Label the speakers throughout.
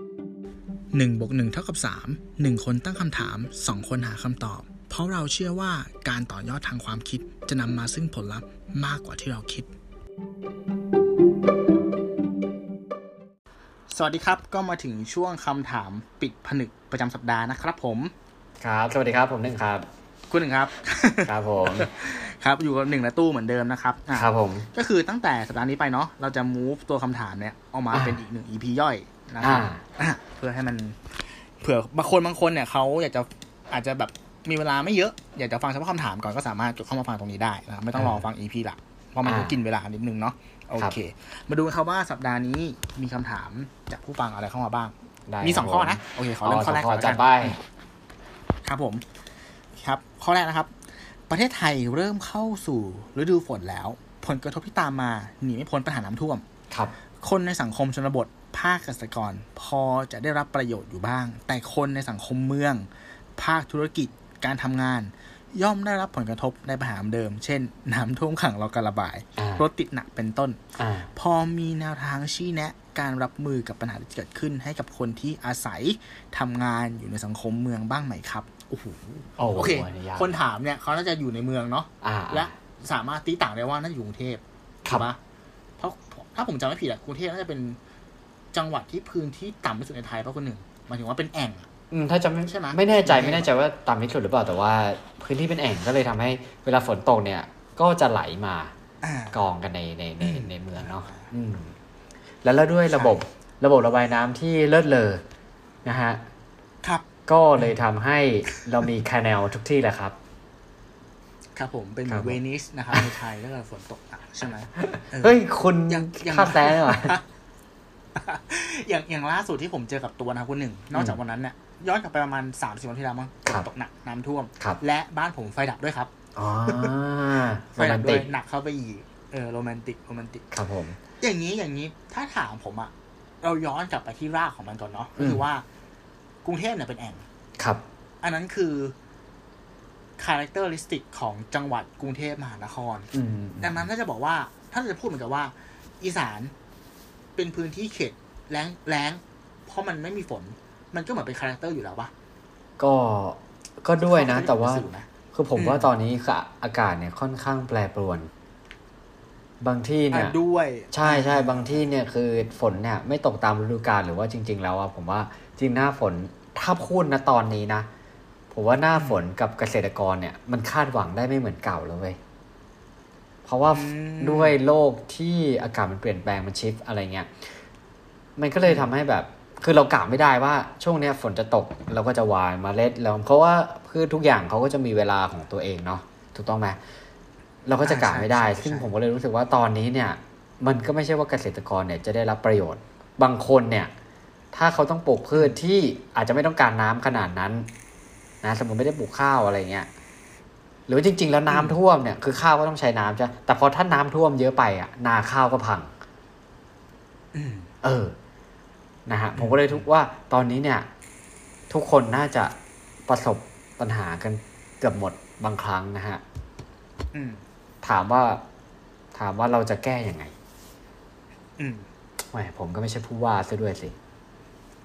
Speaker 1: 1บวก1เท่ากับ3 1 คนตั้งคำถาม 2 คนหาคำตอบ เพราะเราเชื่อว่าการต่อยอดทางความคิดจะนำมาซึ่งผลลัพธ์มากกว่าที่เราคิด สวัสดีครับก็มาถึงช่วงคำถามปิดผนึกประจำสัปดาห์นะครับผม
Speaker 2: ครับ สวัสดีครับ ผมหนึ่งครับ
Speaker 1: คุณหนึ่งครับ
Speaker 2: ครับผม
Speaker 1: ครับอยู่กับหนึ่งและตู้เหมือนเดิมนะครับอ่ะ
Speaker 2: ครับผม
Speaker 1: ก็คือตั้งแต่สัปดาห์นี้ไปเนาะเราจะ move ตัวคำถามเนี่ยออกมา
Speaker 2: อ่า
Speaker 1: เป็นอีกหนึ่ง EP ย่อยนะครับ
Speaker 2: อ่า
Speaker 1: อ่ะเพื่อให้มันเผื่อบางคนบางคนเนี่ยเขาอยากจะอาจจะแบบมีเวลาไม่เยอะ อยากจะฟังเฉพาะคำถามก่อนก็สามารถกดเข้ามาฟังตรงนี้ได้นะครับไม่ต้องรอฟัง EP หลักเพราะมันก็กินเวลานิดนึงเนาะโอเค มาดูกันครับว่าสัปดาห์นี้มีคำถามจากผู้ฟังอะไรเข้ามาบ้าง
Speaker 2: ได้
Speaker 1: มีสอง
Speaker 2: รับ
Speaker 1: ข้อนะโอเคขอเริ่มข้อแรก
Speaker 2: สง
Speaker 1: ก่อนแล้วกั
Speaker 2: จั
Speaker 1: น
Speaker 2: ดไป
Speaker 1: ครับผมครับ ข้อแรกนะครับ ประเทศไทยเริ่มเข้าสู่ฤดูฝนแล้ว ผลกระทบที่ตามมาหนีไม่พ้นปัญหาน้ำท่วม
Speaker 2: ครับ
Speaker 1: คนในสังคมชนบทภาคเกษตรกร พอจะได้รับประโยชน์อยู่บ้าง แต่คนในสังคมเมือง ภาคธุรกิจการทำงาน ย่อมได้รับผลกระทบในปัญหาเดิม เช่น น้ำท่วมขังรอการระบาย
Speaker 2: อ่าร ร
Speaker 1: ถติดหนักเป็นต้น
Speaker 2: อ่า
Speaker 1: พอมีแนวทางชี้แนะ การรับมือกับปัญหาที่เกิดขึ้นให้กับคนที่อาศัยทำงานอยู่ในสังคมเมืองบ้างไหมครับโอ้โห
Speaker 2: โอ้โห
Speaker 1: โอเค
Speaker 2: นนี้ยาก
Speaker 1: คนถามเนี่ยเขาน่าจะอยู่ในเมืองเนาะ
Speaker 2: อ่า
Speaker 1: และสามารถตีต่างได้ว่าน่าจะอยู่กรุงเทพ
Speaker 2: ครับ
Speaker 1: ถูกปะเพราะถ้าผมจำไม่ผิดอะกรุงเทพน่าจะเป็นจังหวัดที่พื้นที่ต่ำที่สุดในไทยเพราะคนหนึ่งหมายถึงว่าเป็นแอ่งอะ
Speaker 2: อืมถ้าจำไม่
Speaker 1: ใช่ไหม
Speaker 2: ไม่แน่ใจไม่แน่ใจว่าตามที่สุดหรือเปล่า แต่ว่าพื้นที่เป็นแอ่งก็เลยทำให้เวลาฝนตกเนี่ย ก็จะไหลมา กองกันในในใน
Speaker 1: อืม
Speaker 2: ในเมืองเนาะอืมแล้วแล้วด้วยระบบระบบระบายน้ำที่เลิศเลอนะฮะ
Speaker 1: ครับ
Speaker 2: ก็เลยทำให้เรามีคาแนลทุกที่แหละครับ
Speaker 1: ครับผมเป็นเหมื
Speaker 2: ค
Speaker 1: อ
Speaker 2: รั
Speaker 1: บ น
Speaker 2: ผม
Speaker 1: เวนิส นะครับในไทยถ้าเกิดฝนตกหนักใช่ไหมออ
Speaker 2: เฮ้ย คุณ
Speaker 1: ยังยัง
Speaker 2: ข้ามแซ่เหรอ
Speaker 1: อย่างอย่างล่าสุดที่ผมเจอกับตัวนะครับคนหนึ่ง นอกจากวันนั้นเนี่ยย้อนกลับไปประมาณสามสิบวันที่แล้วมั้งฝ
Speaker 2: ครั
Speaker 1: น
Speaker 2: บ
Speaker 1: ตกหนักน้ำท่วม
Speaker 2: ครับ
Speaker 1: และบ้านผมไฟดับด้วยครับ
Speaker 2: อ๋อ
Speaker 1: ไฟ
Speaker 2: โรแม
Speaker 1: ดับ
Speaker 2: น
Speaker 1: ด้
Speaker 2: ติ
Speaker 1: วย
Speaker 2: ก
Speaker 1: หนักเข้าไปอีกเออโรแมนติกโรแมนติก
Speaker 2: ครับผม
Speaker 1: อย่างนี้อย่างนี้ถ้าถามผมอะเราย้อนกลับไปที่รากของมันก่อนเนาะก็คือ
Speaker 2: ม
Speaker 1: ว่ากรุงเทพเนี่ยเป็นแอ่ง
Speaker 2: ครับ
Speaker 1: อันนั้นคือคาแรคเตอร์ลิสติกของจังหวัดกรุงเทพมหานคร
Speaker 2: อืม
Speaker 1: ดังนั้นถ้าจะบอกว่า ถ้าจะพูดเหมือนกับว่า อีสานเป็นพื้นที่เขตแล้งแล้ง เพราะมันไม่มีฝน มันก็เหมือนเป็นคาแรคเตอร์อยู่แล้วปะ
Speaker 2: ก็ก็ด้วยนะ แต่ว่า
Speaker 1: เข้ใจไหม
Speaker 2: คือผม
Speaker 1: อืม
Speaker 2: ว่าตอนนี้ค่ะอากาศเนี่ยค่อนข้างแปรปรวน บางที่เนี่ย
Speaker 1: อ่ะด้วย
Speaker 2: ใช่ใช่บางที่เนี่ยคือฝนเนี่ยไม่ตกตามฤดูกาลหรือว่าจริง ๆ แล้วอะผมว่าจริงหน้าฝนถ้าพูดนะตอนนี้นะ ผมว่าหน้าฝนกับเกษตรกรเนี่ย มันคาดหวังได้ไม่เหมือนเก่าแล้วเว้ยเพราะว่า
Speaker 1: อืม
Speaker 2: ด้วยโลกที่อากาศมันเปลี่ยนแปลงมันชิฟอะไรเงี้ยมันก็เลยทำให้แบบ คือเรากะไม่ได้ว่าช่วงเนี้ยฝนจะตกเราก็จะหวานเมล็ดแล้วเพราะว่าพืชทุกอย่างเขาก็จะมีเวลาของตัวเองเนาะถูกต้องไหมเราก็จะกะไม่ได้
Speaker 1: อ่าใช่ใช่
Speaker 2: ซึ่ง
Speaker 1: ใช่
Speaker 2: ผมก็เลยรู้สึกว่าตอนนี้เนี่ย มันก็ไม่ใช่ว่าเกษตรกรเนี่ยจะได้รับประโยชน์ บางคนเนี่ย ถ้าเขาต้องปลูกพืชที่อาจจะไม่ต้องการน้ำขนาดนั้นนะสมมติไม่ได้ปลูกข้าวอะไรเงี้ยหรือว่าจริง ๆ แล้วน้ำท่วมเนี่ยคือข้าวก็ต้องใช้น้ำใช่แต่พอถ้าน้ำท่วมเยอะไปอ่ะนาข้าวก็พัง
Speaker 1: อืม
Speaker 2: เออ นะฮะ
Speaker 1: อืม
Speaker 2: ผมก็เลยทุกว่าตอนนี้เนี่ย ทุกคนน่าจะประสบปัญหากันเกือบหมดบางครั้งนะฮะ
Speaker 1: อืม
Speaker 2: ถามว่าถามว่าเราจะแก้ยังไง
Speaker 1: อืม
Speaker 2: แหมผมก็ไม่ใช่ผู้ว่าซะด้วยสิ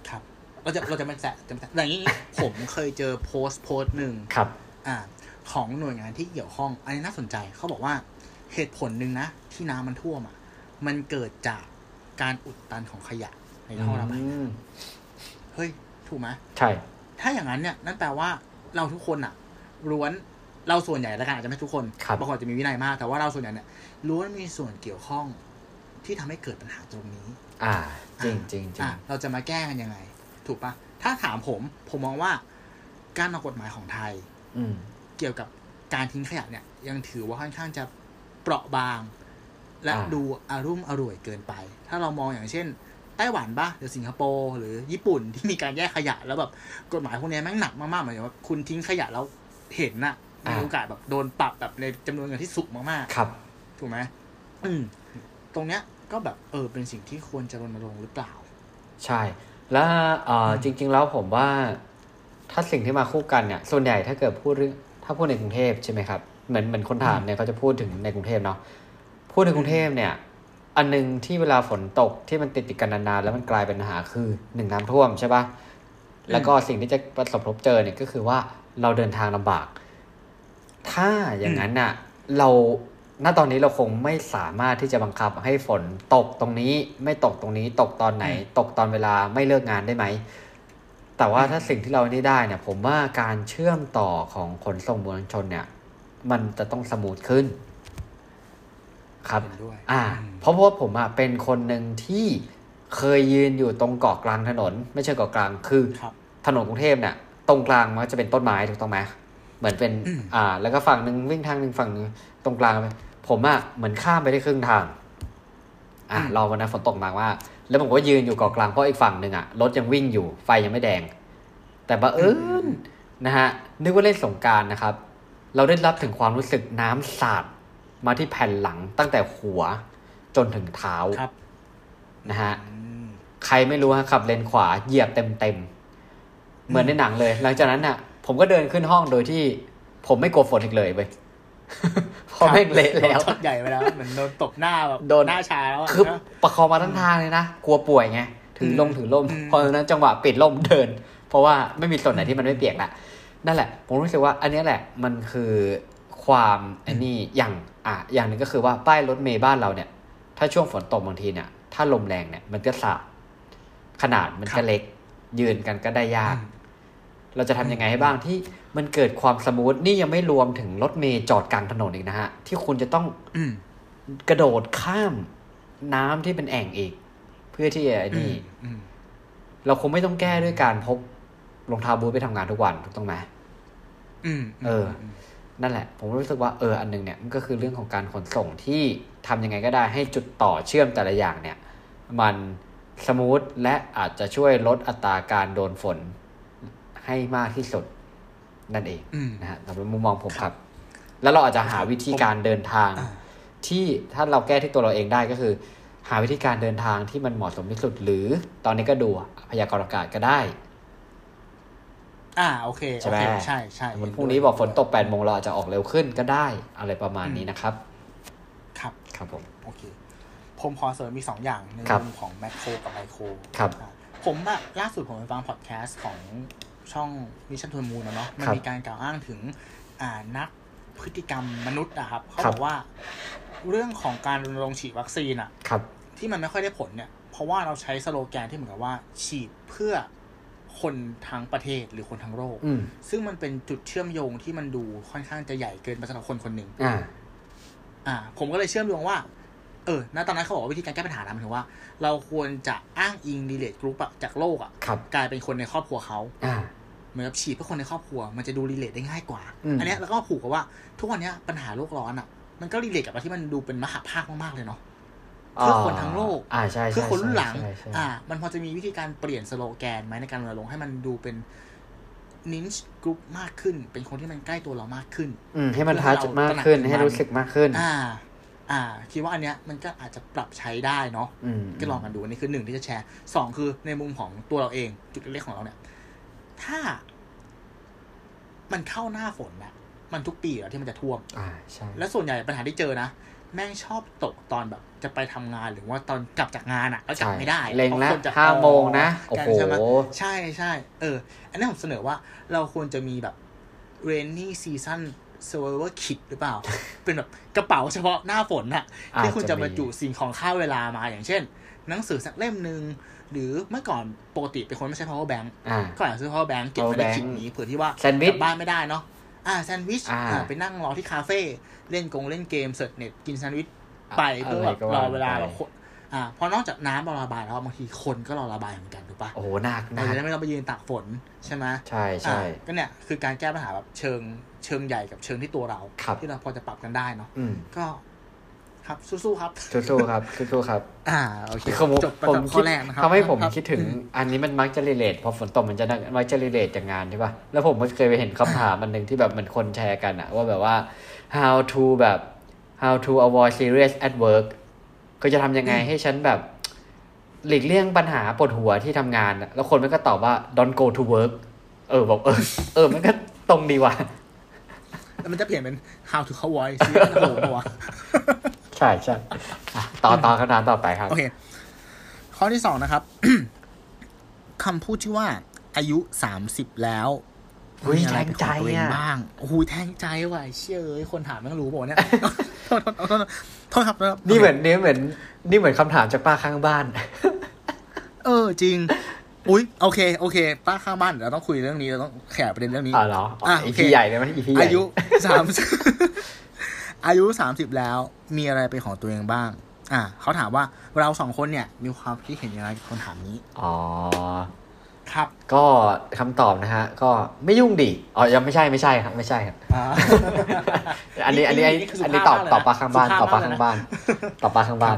Speaker 1: ครับเราจะเราจะไม่แซะจะไม่แซะแต่อย่างนี้ ผมเคยเจอโพสต์โพสต์หนึ่ง
Speaker 2: ครับ
Speaker 1: อ่า ของหน่วยงานที่เกี่ยวข้อง อันนี้น่าสนใจเขาบอกว่าเหตุผลหนึ่งนะ ที่น้ำมันท่วมอ่ะ มันเกิดจากการอุดตันของขยะในท่อระบาย
Speaker 2: อืม
Speaker 1: เฮ้ย ถูกไหม
Speaker 2: ใช่
Speaker 1: ถ้าอย่างนั้นเนี่ยนั่นแปลว่าเราทุกคนอ่ะล้วนเราส่วนใหญ่แล้วกันอาจจะไม่ทุกคน
Speaker 2: ครับ
Speaker 1: บางคนอาจจะมีวินัยมากแต่ว่าเราส่วนใหญ่เนี่ยล้วนมีส่วนเกี่ยวข้อง ที่ทำให้เกิดปัญหาตรงนี้
Speaker 2: อ่า จริงจริงจริ
Speaker 1: อ่ะ
Speaker 2: ง
Speaker 1: เราจะมาแก้กันยังไง ถูกปะถ้าถามผมผมมองว่าการออกกฎหมายของไทย
Speaker 2: อืม
Speaker 1: เกี่ยวกับการทิ้งขยะเนี่ย ยังถือว่าค่อนข้างจะเปราะบาง และ
Speaker 2: อ่า
Speaker 1: ดูอารุ่มอร่วยเกินไป ถ้าเรามองอย่างเช่น ไต้หวันปะหรือสิงคโปร์หรือญี่ปุ่นที่มีการแยกขยะแล้วแบบกฎหมายพวกเนี้ยแม่งหนักมากๆเหมือนว่าคุณทิ้งขยะแล้วเห็นน่ะมีโอกาสแบบโดนปรับแบบในจำนวนเงินที่สูงมากๆ
Speaker 2: ครับ
Speaker 1: ถูกไหมอืม ตรงเนี้ยก็แบบเออเป็นสิ่งที่ควรจะรณรงค์หรือเปล่า
Speaker 2: ใช่ แล้วเอ่ออ
Speaker 1: ม
Speaker 2: จริง ๆ แล้วผมว่าถ้าสิ่งที่มาคู่กันเนี่ย ส่วนใหญ่ถ้าเกิดพูดเรื่องถ้าพูดในกรุงเทพใช่ไหมครับ เหมือนเหมือนคนถามเนี่ยเขาจะพูดถึงในกรุงเทพเนาะพูดในกรุงเทพเนี่ย อันหนึงที่เวลาฝนตกที่มันติดติดๆกันนานๆแล้วมันกลายเป็นปัญหาคือหนึ่งน้ำท่วมใช่ปะ แล้วก็สิ่งที่จะประสบพบเจอเนี่ยก็คือว่าเราเดินทางลำบาก ถ้าอย่างนั้นน่ะ เราณตอนนี้เราคงไม่สามารถที่จะบังคับให้ฝนตกตรงนี้ ไม่ตกตรงนี้ ตกตอนไหน
Speaker 1: อืม
Speaker 2: ตกตอนเวลาไม่เลิกงานได้ไหม แต่ว่าถ้าสิ่งที่เรานี่ได้เนี่ย ผมว่าการเชื่อมต่อของขนส่งมวลชนเนี่ย มันจะต้องสมูทขึ้น ครับ
Speaker 1: เห็นด้วย
Speaker 2: อ่า เพราะว่าผมอะเป็นคนหนึ่งที่เคยยืนอยู่ตรงเกาะกลางถนน ไม่ใช่เกาะกลางคือ
Speaker 1: ครับ
Speaker 2: ถนนกรุงเทพเนี่ยตรงกลางมันก็จะเป็นต้นไม้ถูกต้องไหมเหมือนเป็น
Speaker 1: อืม
Speaker 2: อ่า แล้วก็ฝั่งหนึ่งวิ่งทางหนึ่งฝั่งหนึ่งตรงกลางไปผมอะเหมือนข้ามไปได้ครึ่งทาง อ่ะรอวันนั้นฝนตกหนักมากแล้วผมก็ยืนอยู่เกาะกลางเพราะอีกฝั่งหนึ่งอะรถยังวิ่งอยู่ไฟยังไม่แดง แต่บังเอิญนะฮะนึกว่าเล่นสงกรารนะครับ เราได้รับถึงความรู้สึกน้ำสาดมาที่แผ่นหลังตั้งแต่หัวจนถึงเท้า
Speaker 1: ครับ
Speaker 2: นะฮะ
Speaker 1: อืม
Speaker 2: ใครไม่รู้ฮะขับเลนขวาเหยียบเต็มเต็มๆเหมือนในหนังเลย หลังจากนั้นน่ะ ผมก็เดินขึ้นห้องโดยที่ ผมไม่กลัวฝนอีกเลยเว้ ย เพอแม่งเละแล้ว
Speaker 1: โดนช็อตใหญ่ไปแล้ว เหมือนโดนตบหน้าแบบ
Speaker 2: โดน
Speaker 1: หน้าชาแล้วอะ
Speaker 2: คือ
Speaker 1: นะ
Speaker 2: ประคองมาทั้งทางเลยนะ กลัวป่วยไง ถือลม
Speaker 1: อืม
Speaker 2: ถือลม
Speaker 1: อืม
Speaker 2: พอตอนนั้นจังหวะปิดลมเดิน เพราะว่าไม่มีส่วนไหนที่มันไม่เปียกละนั่นแหละ ผมรู้สึกว่า อันเนี้ยแหละมันคือความไอันนี้อย่างอ่ะอย่างหนึ่งก็คือว่าป้ายรถเมย์บ้านเราเนี่ย ถ้าช่วงฝนตกบางทีเนี่ย ถ้าลมแรงเนี่ยมันก็สาดขนาดมันก็เล็ก ยืนกันก็ได้ยาก เราจะทำยังไงให้บ้างที่มันเกิดความสมูทนี่ยังไม่รวมถึงรถเมย์จอดกลางถนนอีกนะฮะที่คุณจะต้อง
Speaker 1: อืม
Speaker 2: กระโดดข้ามน้ำที่เป็นแอ่งอีก เพื่อที่จะไอ้นี่
Speaker 1: อืม
Speaker 2: เราคงไม่ต้องแก้ด้วยการพกรองเท้าบูทไปทำงานทุกวันถูกต้องไหม
Speaker 1: อืมม
Speaker 2: เออ นั่นแหละ ผมรู้สึกว่าเอออันหนึงเนี่ยมันก็คือเรื่องของการขนส่งที่ทำยังไงก็ได้ให้จุดต่อเชื่อมแต่ละอย่างเนี่ย มันสมูทและอาจจะช่วยลดอัตราการโดนฝนให้มากที่สุด นั่นเอง
Speaker 1: อืม
Speaker 2: นะฮะสำหรับมุมมองผมครับ แล้วเราอาจจะหาวิธีการเดินทาง
Speaker 1: อ่า
Speaker 2: ที่ถ้าเราแก้ที่ตัวเราเองได้ก็คือ หาวิธีการเดินทางที่มันเหมาะสมที่สุด หรือตอนนี้ก็ดูพยากรณ์อากาศก็ได้
Speaker 1: อ่าโอเค
Speaker 2: ใช่
Speaker 1: โอ
Speaker 2: ไหม
Speaker 1: เคใช่ใช่
Speaker 2: วันพรุ่งนี้บอกฝนตก8โมงเราอาจจะออกเร็วขึ้นก็ได้ อะไรประมาณนี้นะครับ
Speaker 1: ครับ
Speaker 2: ครับผม
Speaker 1: โอเค ผมขอเสริมมีกสองอย่างใน
Speaker 2: ครับ
Speaker 1: มุมของแมคโครกับไมโคร
Speaker 2: ครับ
Speaker 1: อ่ะผมอะล่าสุดผมไปฟังพอดแคสต์ของช่องมิชชั่นทูมูนะเนาะมัน
Speaker 2: ครับ
Speaker 1: มีการกล่าวอ้างถึง อ่านักพฤติกรรมมนุษย์นะครับ เขา
Speaker 2: ครับ บ
Speaker 1: อกว่า เรื่องของการรณรงค์ฉีดวัคซีนอะ
Speaker 2: ครับ
Speaker 1: ที่มันไม่ค่อยได้ผลเนี่ย เพราะว่าเราใช้สโลแกนที่เหมือนกับว่า ฉีดเพื่อคนทั้งประเทศหรือคนทั้งโลก
Speaker 2: อืม
Speaker 1: ซึ่งมันเป็นจุดเชื่อมโยงที่มันดูค่อนข้างจะใหญ่เกินไปสำหรับคนคนหนึ่ง
Speaker 2: อ่า
Speaker 1: อ่า ผมก็เลยเชื่อมโยงว่า เออณตอนนั้นเขาบอกว่าวิธีการแก้ปัญหานะหมายถึงว่า เราควรจะอ้างอิงดีเลตกรุ๊ปจากโลกอะ
Speaker 2: ครับ
Speaker 1: กลายเป็นคนในครอบครัวเขา
Speaker 2: อ่า
Speaker 1: เหมือนกับฉีดเพื่อคนในครอบครัว มันจะดูรีเลทได้ง่ายกว่า
Speaker 2: อืม
Speaker 1: อันเนี้ยแล้วก็ผูกกับว่า ทุกวันเนี้ยปัญหาโลกร้อนอะมันก็รีเลทกับอะไรที่มันดูเป็นมหาภาคมากๆเลยเนาะ เพื่อคนทั้งโลก
Speaker 2: อ่าใช่ใช่
Speaker 1: คือคนรุ่นหลัง
Speaker 2: ใช่ใช่ใช่
Speaker 1: อ่า มันพอจะมีวิธีการเปลี่ยนสโลแกนไหมในการรณรงค์ให้มันดูเป็นนิชกรุ๊ปมากขึ้น เป็นคนที่มันใกล้ตัวเรามากขึ้น
Speaker 2: อืมให้มันทัชมากขึ้นให้รู้สึกมากขึ้น
Speaker 1: อ่า อ่า คิดว่าอันเนี้ยมันก็อาจจะปรับใช้ได้เนาะ
Speaker 2: อืม
Speaker 1: ก็ลองกันดูอันนี่คือหนึ่งที่จะแชร์สองคือในมุมของตัวเราเองจุดเล็กๆของเราเนี่ย ถ้า มันเข้าหน้าฝนนะมันทุกปีแล้วที่มันจะท่วม
Speaker 2: อ่าใช่
Speaker 1: แล้วส่วนใหญ่ปัญหาที่เจอนะ แม่งชอบตกตอนแบบจะไปทำงานหรือว่าตอนกลับจากงานอะ่ะแล้วกลับไม่ได้
Speaker 2: ใช่เล็งแล้
Speaker 1: พราะ
Speaker 2: ว
Speaker 1: คนจะ
Speaker 2: ห้าโมงนะ
Speaker 1: ออกกัน
Speaker 2: โอ้โห
Speaker 1: ใช่ไหมใช่ใช่เออ อันนี้ผมเสนอว่าเราควรจะมีแบบ rainy season survivor kit หรือเป ล่า เป็นแบบกระเป๋าเฉพาะหน้าฝนน่ะ
Speaker 2: อา
Speaker 1: ที่คุณจะบรรจุ
Speaker 2: มี
Speaker 1: สิ่งของค่าเวลามาอย่างเช่น หนังสือสักเล่มหนึ่งหรือเมื่อก่อนปกติเป็นคนไม่ใช้ power bank
Speaker 2: อ่า
Speaker 1: ก็อาจจะซื้อ power bank เก็บไว้ใน
Speaker 2: power bank
Speaker 1: ขิงนี้เผื่อที่ว่า
Speaker 2: แซนด์วิช
Speaker 1: กลับบ้านไม่ได้เนาะอ่าแซนด์วิช
Speaker 2: อ่า
Speaker 1: อ่าไปนั่งรอที่คาเฟ่เล่นกงเล่นเกมเสิร์ชเน็ตกินแซนด์วิชไป
Speaker 2: ะ
Speaker 1: เพื่อแบบ
Speaker 2: ะ
Speaker 1: ร
Speaker 2: ไก็
Speaker 1: อ
Speaker 2: ไป
Speaker 1: เวลาเราคนอ่าเพอนอกจากน้ำรอระบายแล้วบางทีคนก็รอระบายเหมือนกันถูกปะ
Speaker 2: โอ้โหหนักห
Speaker 1: เรา
Speaker 2: นัก
Speaker 1: จะได้ไม่ต้องไปยืนตากฝนใช่ไหม
Speaker 2: ใช่ใช่
Speaker 1: อ่าก็เนี่ยคือการแก้ปัญหาแบบเชิงเชิงใหญ่กับเชิงที่ตัวเรา
Speaker 2: ครับ
Speaker 1: ที่เราพอจะปรับกันได้เนาะ
Speaker 2: อืม
Speaker 1: ก็ ครับสู้ๆครับ
Speaker 2: สู้ๆครับสู้ๆครับ
Speaker 1: อ่าโอเค
Speaker 2: ผม
Speaker 1: จบไป
Speaker 2: ผม
Speaker 1: กับข้
Speaker 2: คิ
Speaker 1: อ
Speaker 2: ด
Speaker 1: แรกนะครับ
Speaker 2: ทำให้ผม
Speaker 1: รับ
Speaker 2: คิดถึง อันนี้มันมักจะรีเลทพอฝนตกมันจะมักจะรีเลทจากงานใช่ป่ะแล้วผมก็เคยไปเห็นคำถามมันหนึ่งที่แบบเหมือนคนแชร์กันอะว่าแบบว่า how to แบบ how to avoid serious at work ก็จะทำยังไงให้ฉันแบบ หลีกเลี่ยงปัญหาปวดหัวที่ทำงานอะแล้วคนมันก็ตอบว่า don't go to work เออบอกเออเออมันก็ตรงดีว่ะ
Speaker 1: แล้วมันจะเปลี่ยนเป็น how to cowboy ซีรีส์โหดปะวะ
Speaker 2: ใช่ใช่อ่ะต่อต่อคำถามต่อไปครั บ
Speaker 1: โอเค ข้อที่สองนะครับ คำพูดที่ว่า อายุสามสิบแล้ว
Speaker 2: เฮ้ย
Speaker 1: มีอะไรเป็นขอตัวเอ
Speaker 2: แทงใจอะ
Speaker 1: บ้างโอ้โหแทงใจว่ะเชื่อเอ้ยคนถามแม่งรู้ บอกเนี่ย โทษโทษโทษโทษครับโทษครับ
Speaker 2: นี่เหมือนนี่เหมือนนี่เหมือนคำถามจากป้าข้างบ้าน
Speaker 1: เออจริง อุ้ยโอเคโอเค ป้าข้างบ้านเดี๋ยวเราต้องคุยเรื่องนี้เราต้องแขกประเด็นเรื่องนี้
Speaker 2: อ๋อเหรออ๋อ
Speaker 1: อ่ะ
Speaker 2: อี
Speaker 1: โอเค
Speaker 2: พีใหญ่เลยไหมอีพีใหญ่
Speaker 1: อายุสาม อายุสามสิบแล้วมีอะไรเป็นของตัวเองบ้าง อ่าเขาถามว่าเราสองคนเนี่ย มีความคิดเห็นอย่างไรกับคำถามนี้
Speaker 2: อ๋อ
Speaker 1: ครับ
Speaker 2: ก็คำตอบนะฮะ ก็ไม่ยุ่งดิอ๋อยังไม่ใช่ไม่ใช่ครับ ไม่ใช่ ครับ อันนี้อันนี้อันนี้ตอบตอบปลาข้างบ้านตอบปลาข้างบ้ านตอบปลาข้างบ้าน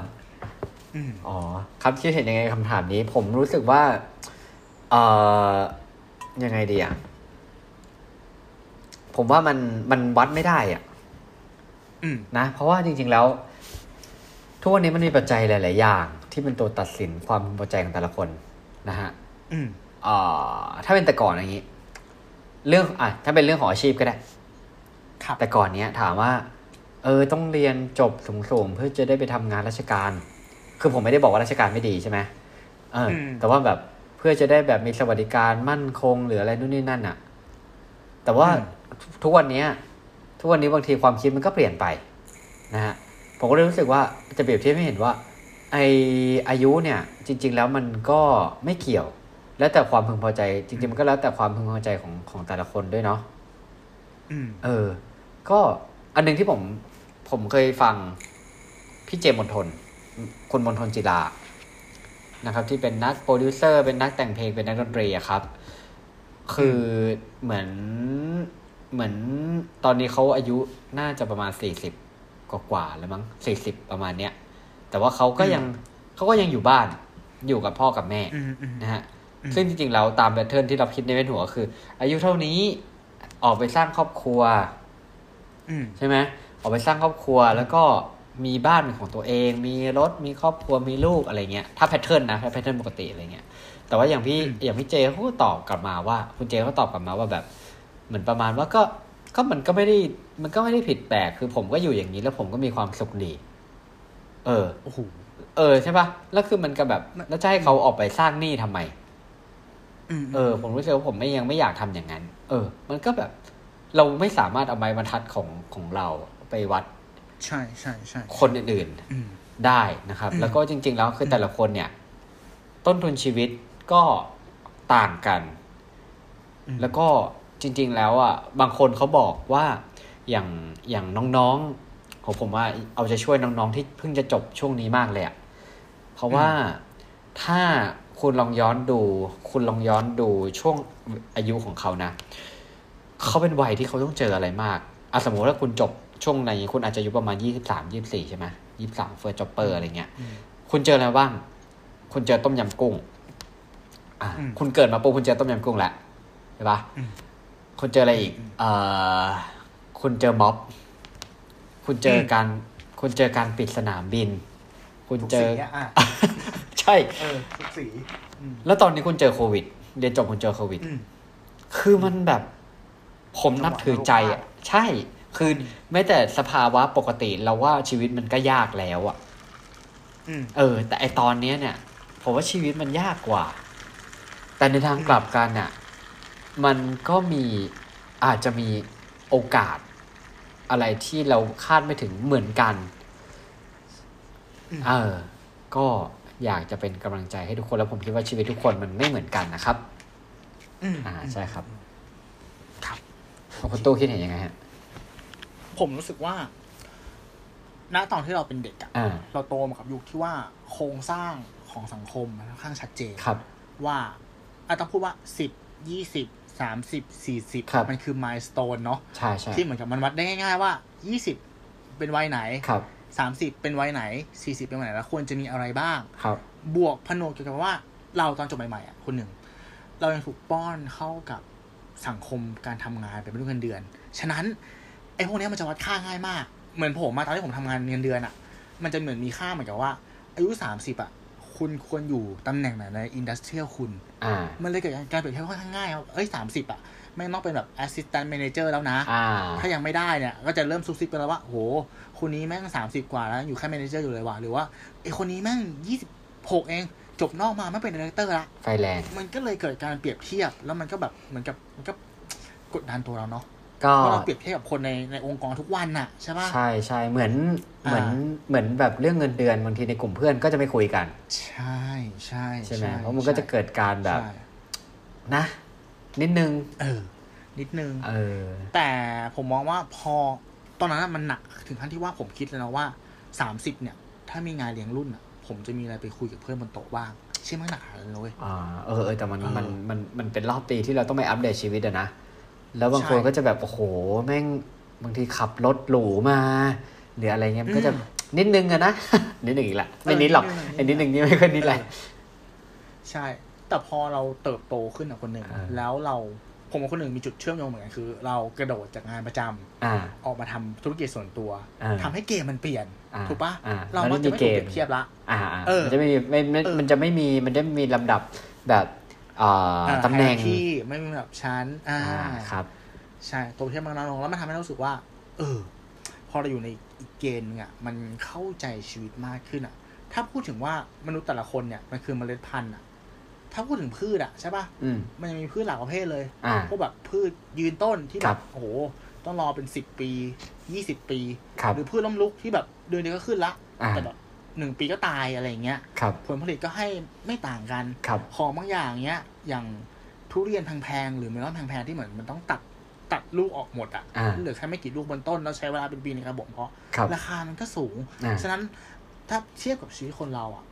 Speaker 1: อืม
Speaker 2: อ๋อครับคิดเห็นยังไงกับคำถามนี้ ผมรู้สึกว่า เอ่อยังไงดีอ่ะ ผมว่ามันมันวัดไม่ได้อ่ะ
Speaker 1: อืม
Speaker 2: นะเพราะว่าจริงๆแล้ว ทุกวันนี้มันมีปัจจัยหลาย ๆ อย่าง ที่เป็นตัวตัดสินความพอใจของแต่ละคนนะฮะ
Speaker 1: อืม
Speaker 2: เอ่อถ้าเป็นแต่ก่อนอย่างนี้ เรื่องอ่ะถ้าเป็นเรื่องของอาชีพก็ได้
Speaker 1: ครับ
Speaker 2: แต่ก่อนเนี้ยถามว่า เออต้องเรียนจบสูงๆเพื่อจะได้ไปทำงานราชการ คือผมไม่ได้บอกว่าราชการไม่ดีใช่ไหมเอออแต่ว่าแบบเพื่อจะได้แบบมีสวัสดิการมั่นคงหรืออะไรนู่นนี่นั่นอ่ะ แต่ว่าทุกทุกวันเนี้ย ทุกวันนี้บางทีความคิดมันก็เปลี่ยนไปนะฮะผมก็เลยรู้สึกว่าจะเปรียบเทียบไม่เห็นว่า ไออายุเนี่ย จริง ๆ แล้วมันก็ไม่เกี่ยว แล้วแต่ความพึงพอใจ จริง ๆ มันก็แล้วแต่ความพึงพอใจของของแต่ละคนด้วยเนาะ
Speaker 1: อืม
Speaker 2: เออ ก็อันหนึงที่ผมผมเคยฟังพี่เจมส์มนทน คุณมนทนจิลา นะครับ ที่เป็นนักโปรดิวเซอร์ เป็นนักแต่งเพลง เป็นนักดนตรีอะครับ คือเหมือนเหมือนตอนนี้เขาอายุน่าจะประมาณสี่สิบกว่าๆแล้วมั้งสี่สิบประมาณเนี้ย แต่ว่าเขาก็ยังเขาก็ยังอยู่บ้านอยู่กับพ่อกับแม่
Speaker 1: อืมอืม
Speaker 2: นะฮะ
Speaker 1: อืม
Speaker 2: ซึ่งจริงๆ เราตามแพทเทิร์นที่เราคิดในเว้นหัวคือ อายุเท่านี้ออกไปสร้างครอบครัว
Speaker 1: อืม
Speaker 2: ใช่ไหมออกไปสร้างครอบครัวแล้วก็มีบ้านเป็นของตัวเอง มีรถมีครอบครัวมีลูกอะไรเงี้ยถ้าแพทเทิร์นนะถ้าแพทเทิร์นปกติอะไรเงี้ยแต่ว่าอย่างพี่อย่างพี่เจเขาก็ตอบกลับมาว่า คุณเจเขาตอบกลับมาว่าแบบ เหมือนประมาณว่าก็ก็มันก็ไม่ได้มันก็ไม่ได้ผิดแปลกคือผมก็อยู่อย่างนี้แล้วผมก็มีความสุขดี เออ
Speaker 1: โอ้โห
Speaker 2: เออใช่ปะแล้วคือมันก็แบบแล้วจะให้เขาออกไปสร้างหนี้ทำไม
Speaker 1: อืม
Speaker 2: เออผมรู้สึกว่าผมไม่ยังไม่อยากทำอย่างนั้น เออ มันก็แบบ เราไม่สามารถเอาไม้บรรทัดของของเราไปวัด
Speaker 1: ใช่ใช่ใช่
Speaker 2: คนอื่น
Speaker 1: อืม
Speaker 2: ๆได้นะครับ
Speaker 1: อืม
Speaker 2: แล้วก็จริง ๆ แล้วคือแต่ละคนเนี่ย ต้นทุนชีวิตก็ต่างกัน
Speaker 1: อืม
Speaker 2: แล้วก็จริง ๆ แล้วอ่ะบางคนเขาบอกว่าอย่างอย่างน้องๆของผมว่าเอาใจะช่วยน้องๆที่เพิ่งจะจบช่วงนี้มากเลยอ่ะเพราะว่าถ้าคุณลองย้อนดู คุณลองย้อนดูช่วงอายุของเขานะเขาเป็นวัยที่เขาต้องเจออะไรมากอ่ะสมมติว่าคุณจบช่วงไหนคุณอาจจะอายุประมาณยี่สิบสามยี่สี่ใช่ไหมยี่สามเฟิร์สจ็อปเปอร์อะไรเงี้ย
Speaker 1: อืม
Speaker 2: คุณเจออะไรบ้าง คุณเจอต้มยำกุ้ง อ่ะ
Speaker 1: อืม
Speaker 2: คุณเกิดมาปุ๊บคุณเจอต้มยำกุ้งแหละใช่ปะ
Speaker 1: อืม
Speaker 2: คุณเจออะไรอีก เอ่อ คุณเจอม็อบ คุณเจอการ คุณเจอการปิดสนามบิน คุณ
Speaker 1: ทุก
Speaker 2: เจ
Speaker 1: สี
Speaker 2: อ
Speaker 1: อะอ่ะ
Speaker 2: ใช่
Speaker 1: เออทุกสีอืม
Speaker 2: แล้วตอนนี้คุณเจอโควิด เรียนจบคุณเจอโควิด
Speaker 1: อืม
Speaker 2: คือมันแบบ ผมนับถือใจอ่ะ ใช่ คือแม้แต่สภาวะปกติเราว่าชีวิตมันก็ยากแล้วอ่ะ
Speaker 1: อืม
Speaker 2: เออ แต่ไอตอนเนี้ยเนี่ย ผมว่าชีวิตมันยากกว่า แต่ในทางกลับกันน่ะ มันก็มีอาจจะมีโอกาส อะไรที่เราคาดไม่ถึงเหมือนกัน
Speaker 1: อืม
Speaker 2: เออ ก็อยากจะเป็นกำลังใจให้ทุกคน แล้วผมคิดว่าชีวิตทุกคนมันไม่เหมือนกันนะครับ
Speaker 1: อืม
Speaker 2: อ่าใช่ครับ
Speaker 1: ครับ
Speaker 2: แล้วคุณตู้คิดเห็นยังไงฮะ
Speaker 1: ผมรู้สึกว่า ณ ตอนที่เราเป็นเด็กอะ
Speaker 2: อ่า
Speaker 1: เราโตมากับยุคที่ว่าโครงสร้างของสังคมมันค่อนข้างชัดเจน
Speaker 2: ครับ
Speaker 1: ว่าอาต้องพูดว่าสิบยี่สิบสามสิบสี่สิบ
Speaker 2: ครับ
Speaker 1: มันคือมายสเตนเนาะ
Speaker 2: ใช่ใช่
Speaker 1: ที่เหมือนกับมันวัดได้ง่ายๆว่ายี่สิบเป็นวัยไหน
Speaker 2: ครับ
Speaker 1: สามสิบเป็นวัยไหนสี่สิบเป็นวัยไหน แล้วควรจะมีอะไรบ้าง
Speaker 2: ครับ
Speaker 1: บวกผนวกเกี่ยวกับว่าเราตอนจบใหม่ๆอ่ะคนหนึ่ง เรายังถูกป้อนเข้ากับสังคมการทำงานเป็นเรื่องเงินเดือน ฉะนั้นไอ้พวกเนี้ยมันจะวัดค่าง่ายมาก เหมือนผมมาตอนที่ผมทำงานเงินเดือนอ่ะ มันจะเหมือนมีค่าเหมือนกับว่า อายุสามสิบอ่ะ คุณควรอยู่ตำแหน่งไหนในอินดัสเทรียลคุณ
Speaker 2: อ่า
Speaker 1: มันเลยเกิดการเปรียบเทียบค่อนข้างง่ายครับเอ้ยสามสิบอ่ะไม่งต้องเป็นแบบ assistant manager แล้วนะ
Speaker 2: อ่า
Speaker 1: ถ้ายังไม่ได้เนี่ย ก็จะเริ่มซุกซิบกันแล้วว่าโหคนนี้แม่งสามสิบกว่าแล้ว อยู่แค่ manager อยู่เลยว่ะหรือว่าไอคนนี้แม่งยี่สิบหกเอง จบนอกมาไม่เป็นดีเรคเตอร์ละ
Speaker 2: ไฟแรง
Speaker 1: มันก็เลยเกิดการเปรียบเทียบ แล้วมันก็แบบเหมือนกับมันก็กดดันตัวเราเนาะ
Speaker 2: ก็
Speaker 1: เพราะเราเปรียบเทียบกับคนในในองค์กรทุกวันน่ะใช่ปะ
Speaker 2: ใช่ใช่เหมือน
Speaker 1: อ่า
Speaker 2: เหมือนเหมือนแบบเรื่องเงินเดือนบางทีในกลุ่มเพื่อนก็จะไม่คุยกัน
Speaker 1: ใช่ใช่
Speaker 2: ใช่ไหมเพราะมันก็จะเกิดการแบบ
Speaker 1: ใช่
Speaker 2: นะ นิดนึง
Speaker 1: เออ นิดนึง
Speaker 2: เออ
Speaker 1: แต่ผมมองว่าพอตอนนั้นนะมันหนักถึงขั้นที่ว่าผมคิดเลยนะว่าสามสิบเนี่ย ถ้ามีงานเลี้ยงรุ่นอ่ะ ผมจะมีอะไรไปคุยกับเพื่อนบนโต๊ะบ้างใช่ไหมนหนาเลยนะเว้ย
Speaker 2: อ่าเออเออแต่มัน
Speaker 1: เออ
Speaker 2: มันมันมันเป็นรอบปีที่เราต้องไปอัปเดตชีวิตอะนะ แล้วบางคน
Speaker 1: ใช่
Speaker 2: ก็จะแบบโอ้โหแม่งบางทีขับรถหรูมาหรืออะไรเงี้ยมันก็จะ
Speaker 1: อืม
Speaker 2: นิดนึงอะ นะ นิดนึงอีกละไม่
Speaker 1: เออ
Speaker 2: นิดหรอก
Speaker 1: นิ
Speaker 2: ไอ้
Speaker 1: ดนึ
Speaker 2: นิด
Speaker 1: งนิ
Speaker 2: นึ
Speaker 1: ด
Speaker 2: ง
Speaker 1: นึง
Speaker 2: นี่ไม่ค่อยนิดอะไร
Speaker 1: ใช่ แต่พอเราเติบโตขึ้นอ่ะคนหนึ่ง
Speaker 2: เออ
Speaker 1: แล้วเราผมกับคนหนึ่งมีจุดเชื่อมโยงเหมือนกันคือ เรากระโดดจากงานประจำ
Speaker 2: อ่า
Speaker 1: ออกมาทำธุรกิจส่วนตัว
Speaker 2: เออ
Speaker 1: ทำให้เกมมันเปลี่ยน
Speaker 2: อ่า
Speaker 1: ถูกปะ
Speaker 2: อ่า
Speaker 1: เรามักจะไม่ถูกเปรียบเทียบละ
Speaker 2: อ่าอ่า
Speaker 1: เออ
Speaker 2: มันจะไม่มีไม่ไม่
Speaker 1: เออ
Speaker 2: มันจะไม่มีมันจะไม่มีลำดับแบบอ่าตำแหน่ง
Speaker 1: ที่ไม่มีแบบชั้นอ่า
Speaker 2: อ่าครับ
Speaker 1: ใช่ตัวเทียบมันน้อยลงแล้วมันทำให้เรารู้สึกว่า เออ พอเราอยู่ในอีกเกณฑ์หนึงอ่ะมันเข้าใจชีวิตมากขึ้นอ่ะ ถ้าพูดถึงว่ามนุษย์แต่ละคนเนี่ยมันคือเมล็ดพันธุ์อ่ะ ถ้าพูดถึงพืชอ่ะใช่ปะ
Speaker 2: อืม
Speaker 1: มันยังมีพืชหลากประเภทเลย
Speaker 2: อ่า
Speaker 1: พวกแบบพืชยืนต้นที่
Speaker 2: ค
Speaker 1: แบ
Speaker 2: รั
Speaker 1: บบ โอ้โหต้องรอเป็นสิบปียี่สิบปี
Speaker 2: ครับ
Speaker 1: หรือพืชล้มลุกที่แบบเดือนเดียวก็ขึ้นละ
Speaker 2: อ่า
Speaker 1: แต่แบบหนึ่งปีก็ตายอะไรอย่างเงี้ย
Speaker 2: ครับ
Speaker 1: ผลผลิตก็ให้ไม่ต่างกัน
Speaker 2: ครับ
Speaker 1: ของบางอย่างเนี้ย อย่างทุเรียนแพงๆ หรือเมลอนแพงๆ ที่เหมือนมันต้องตัดตัดลูกออกหมดอ่ะ
Speaker 2: อ่า
Speaker 1: เหลือแค่ไม่กี่ลูกบนต้น แล้วใช้เวลาเป็นปีในการบ่มเพาะ
Speaker 2: ครับ
Speaker 1: ราคามันก็สูง
Speaker 2: อ่า
Speaker 1: ฉะนั้นถ้าเทียบกับชีวิตคนเราอ่ะ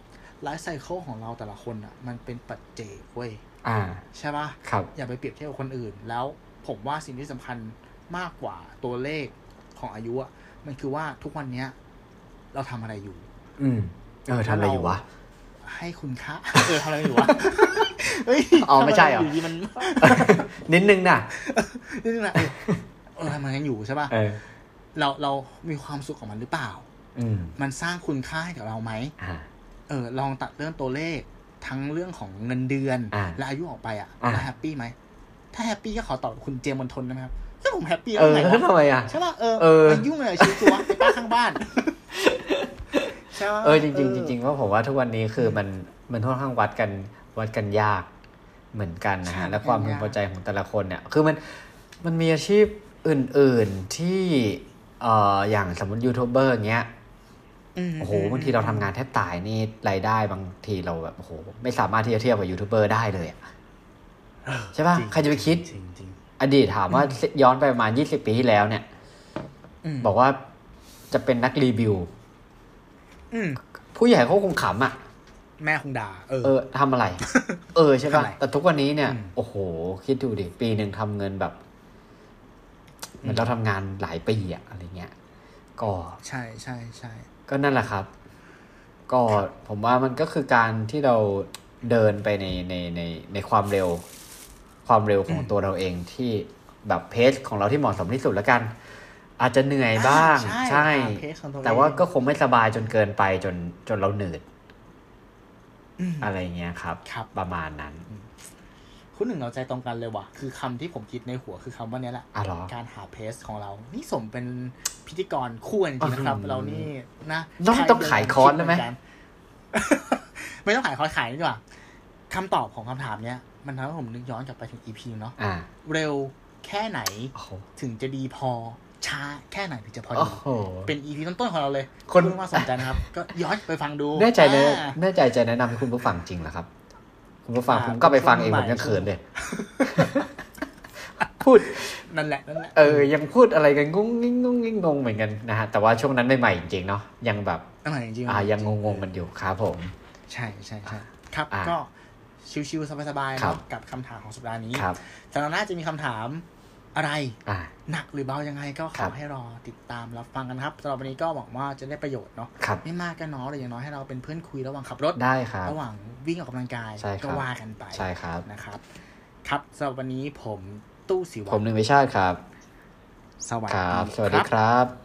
Speaker 1: ไลฟ์ไซเคิลของเราแต่ละคนอ่ะ มันเป็นปัจเจกเว้ย
Speaker 2: อ่า
Speaker 1: ใช่ปะ
Speaker 2: ครับ
Speaker 1: อย่าไปเปรียบเทียบกับคนอื่น แล้วผมว่าสิ่งที่สำคัญมากกว่าตัวเลขของอายุอ่ะมันคือว่าทุกวันเนี้ย เราทำอะไรอยู่
Speaker 2: อืม เออทำอะไรอยู่วะ
Speaker 1: ให้คุณค่า เออทำอะไรอยู่วะเฮ้ย
Speaker 2: อ๋อไม่ใช่เหรอ
Speaker 1: ทำะยู่ดีมัน
Speaker 2: นิดนึงน่ะ
Speaker 1: นี่แหละเออเออทำงานกันอยู่ใช่ป่ะ
Speaker 2: เออ
Speaker 1: เราเรามีความสุขกับมันหรือเปล่า
Speaker 2: อืม
Speaker 1: มันสร้างคุณค่าให้กับเราไหม
Speaker 2: อ่า
Speaker 1: เออ ลองตัดเรื่องตัวเลข ทั้งเรื่องของเงินเดือน
Speaker 2: อ่า
Speaker 1: และอายุออกไปอ่ะ
Speaker 2: อ่า
Speaker 1: แล้วแฮปปี้ไหม ถ้าแฮปปี้ก็ขอตอบคุณเจมส์มนทนนะครับก็ผมแฮปปี้
Speaker 2: เอ
Speaker 1: แล้วไง
Speaker 2: อแล้ว
Speaker 1: วะ
Speaker 2: ทำไมอ่ะ
Speaker 1: ใช่ป่ะ เออ
Speaker 2: เออ
Speaker 1: มายุ่งอะไรกับชีวิตกูวะไอ้ป้าข้างบ้านใช่ปะ
Speaker 2: เออจริงๆจริงๆว่าผมว่าทุกวันนี้คือมันมันค่อนข้างวัดกันวัดกันยากเหมือนกันนะฮะและความพึงพอใจของแต่ละคนเนี่ยคือมันมันมีอาชีพอื่น ๆที่เอ่ออย่างสมมติยูทูบเบอร์เงี้ย
Speaker 1: ม
Speaker 2: โอ้โหบางทีเราทำงานแทบตายนี่รายได้บางทีเราแบบโอ้โหไม่สามารถที่จะเทียบกับยูทูบเบอร์ได้เลยอะใช่ป่ะ
Speaker 1: จง
Speaker 2: ใครจะไปคิด
Speaker 1: จริงๆจริง
Speaker 2: อดีตถามว่าย้อนไปประมาณ 20 ปีที่แล้วเนี่ย
Speaker 1: ๆอืม
Speaker 2: บอกว่าจะเป็นนักรีวิว
Speaker 1: อืม
Speaker 2: ผู้ใหญ่เขาคงขำอ่ะ
Speaker 1: แม่คงด่า เออ
Speaker 2: เออ ทำอะไร เออใช่
Speaker 1: ทำ
Speaker 2: ป่ะ
Speaker 1: อะไร
Speaker 2: แต่ทุกวันนี้เนี่ย
Speaker 1: อืม
Speaker 2: โอ้โห คิดดูดิ ปีหนึ่งทำเงินแบบ เหมื
Speaker 1: อื
Speaker 2: อน
Speaker 1: ม
Speaker 2: เราทำงานหลายปีอะอะไรเงี้ย ก็
Speaker 1: ใช่ใช่ใช่
Speaker 2: ก็นั่นแหละครับ ก็ผมว่ามันก็คือการที่เราเดินไปในในในในความเร็ว ความเร็วของ
Speaker 1: อืม
Speaker 2: ตัวเราเองที่แบบเพจของเราที่เหมาะสมที่สุดแล้วกัน อาจจะเหนื่อยบ้าง
Speaker 1: อ่าใช่ตาม
Speaker 2: ใช่
Speaker 1: pace ของตัวเอง
Speaker 2: แต่ว่าก็คงไม่สบายจนเกินไปจนจนเราเหนื่อย
Speaker 1: อืม
Speaker 2: อะไรเงี้ยครับ
Speaker 1: ครับ
Speaker 2: ประมาณนั้น
Speaker 1: คุณหนึ่งเราใจตรงกันเลยว่ะ คือคำที่ผมคิดในหัวคือคำว่าเนี้ยแหละ
Speaker 2: อ่ะเหรอ
Speaker 1: การหาเพสของเรา นี่สมเป็นพิธีกรคู่กันจริงๆนะครับ
Speaker 2: อืม
Speaker 1: เรานี่นะ
Speaker 2: ต้องต้องขายคอร์สแล้วไหม
Speaker 1: เนกัน ไม่ต้องขายคอร์สขายดีกว่าคำตอบของคำถามเนี้ย มันทำให้ผมนึกย้อนกลับไปถึงอีพีเนาะ
Speaker 2: อ่า
Speaker 1: เร็วแค่ไหน
Speaker 2: โอ้โห
Speaker 1: ถึงจะดีพอ ช้าแค่ไหนถึงจะพอ
Speaker 2: โอ้
Speaker 1: ดี
Speaker 2: โห
Speaker 1: เป็นอีพีต้นๆของเราเลย
Speaker 2: คน
Speaker 1: ณผู้มาสนใจนะครับ ก็ย้อนไปฟังดู
Speaker 2: แน่ใจนะ
Speaker 1: อ่า
Speaker 2: แน่ใจจะแนะนำให้คุณผู้ฟังจริงเหรอครับ คุณผู้ฟัง
Speaker 1: อ่า
Speaker 2: ผมก็ไปฟังเอง
Speaker 1: ช่
Speaker 2: ผ
Speaker 1: วง
Speaker 2: ม
Speaker 1: บ่าย
Speaker 2: ยังเขินเลย พูด
Speaker 1: นั่นแหละนั่นแหละ
Speaker 2: เออ ยังพูดอะไรกันงุ้งงิ้งงุ้งงิ้งงงเหมือนกันนะฮะ แต่ว่าช่วงนั้นใหม่ๆจริงๆเนาะ ยังแบบ
Speaker 1: นั่นแหละจริงๆ
Speaker 2: อ่า ยังงงๆกันอยู่ครับผม
Speaker 1: ใช่ใช่ใช่ครับ
Speaker 2: อ่ะ
Speaker 1: ก็ชิวๆสบายๆ
Speaker 2: ครั
Speaker 1: เนาะ
Speaker 2: บ
Speaker 1: กับคำถามของสัปดาห์นี้
Speaker 2: ครับ
Speaker 1: สัปดาห์หน้าจะมีคำถามอะไร
Speaker 2: อ่า
Speaker 1: หนักหรือเบายังไงก็ข
Speaker 2: ครั
Speaker 1: อบ ให้รอติดตามรับฟังกันครับสำหรับวันนี้ก็หวังว่าจะได้ประโยชน์เนาะ
Speaker 2: ครับ
Speaker 1: ไม่มากก็น้อยแต่อย่างน้อยให้เราเป็นเพื่อนคุยระหว่างขับรถ
Speaker 2: ได้ครับ
Speaker 1: ระหว่างวิ่งออกกำลังกาย
Speaker 2: ใช่ครับ
Speaker 1: ก็ว่ากันไป
Speaker 2: ใช่ครับ
Speaker 1: นะครับ ครับสำหรับวันนี้ผมตู้สิ
Speaker 2: ผ
Speaker 1: วัฒ
Speaker 2: ม
Speaker 1: น์
Speaker 2: หนึ่งวิชาติครับ
Speaker 1: สวัส
Speaker 2: ค
Speaker 1: ดี
Speaker 2: รับ สวัส
Speaker 1: ค
Speaker 2: ดี
Speaker 1: รับ
Speaker 2: ครับ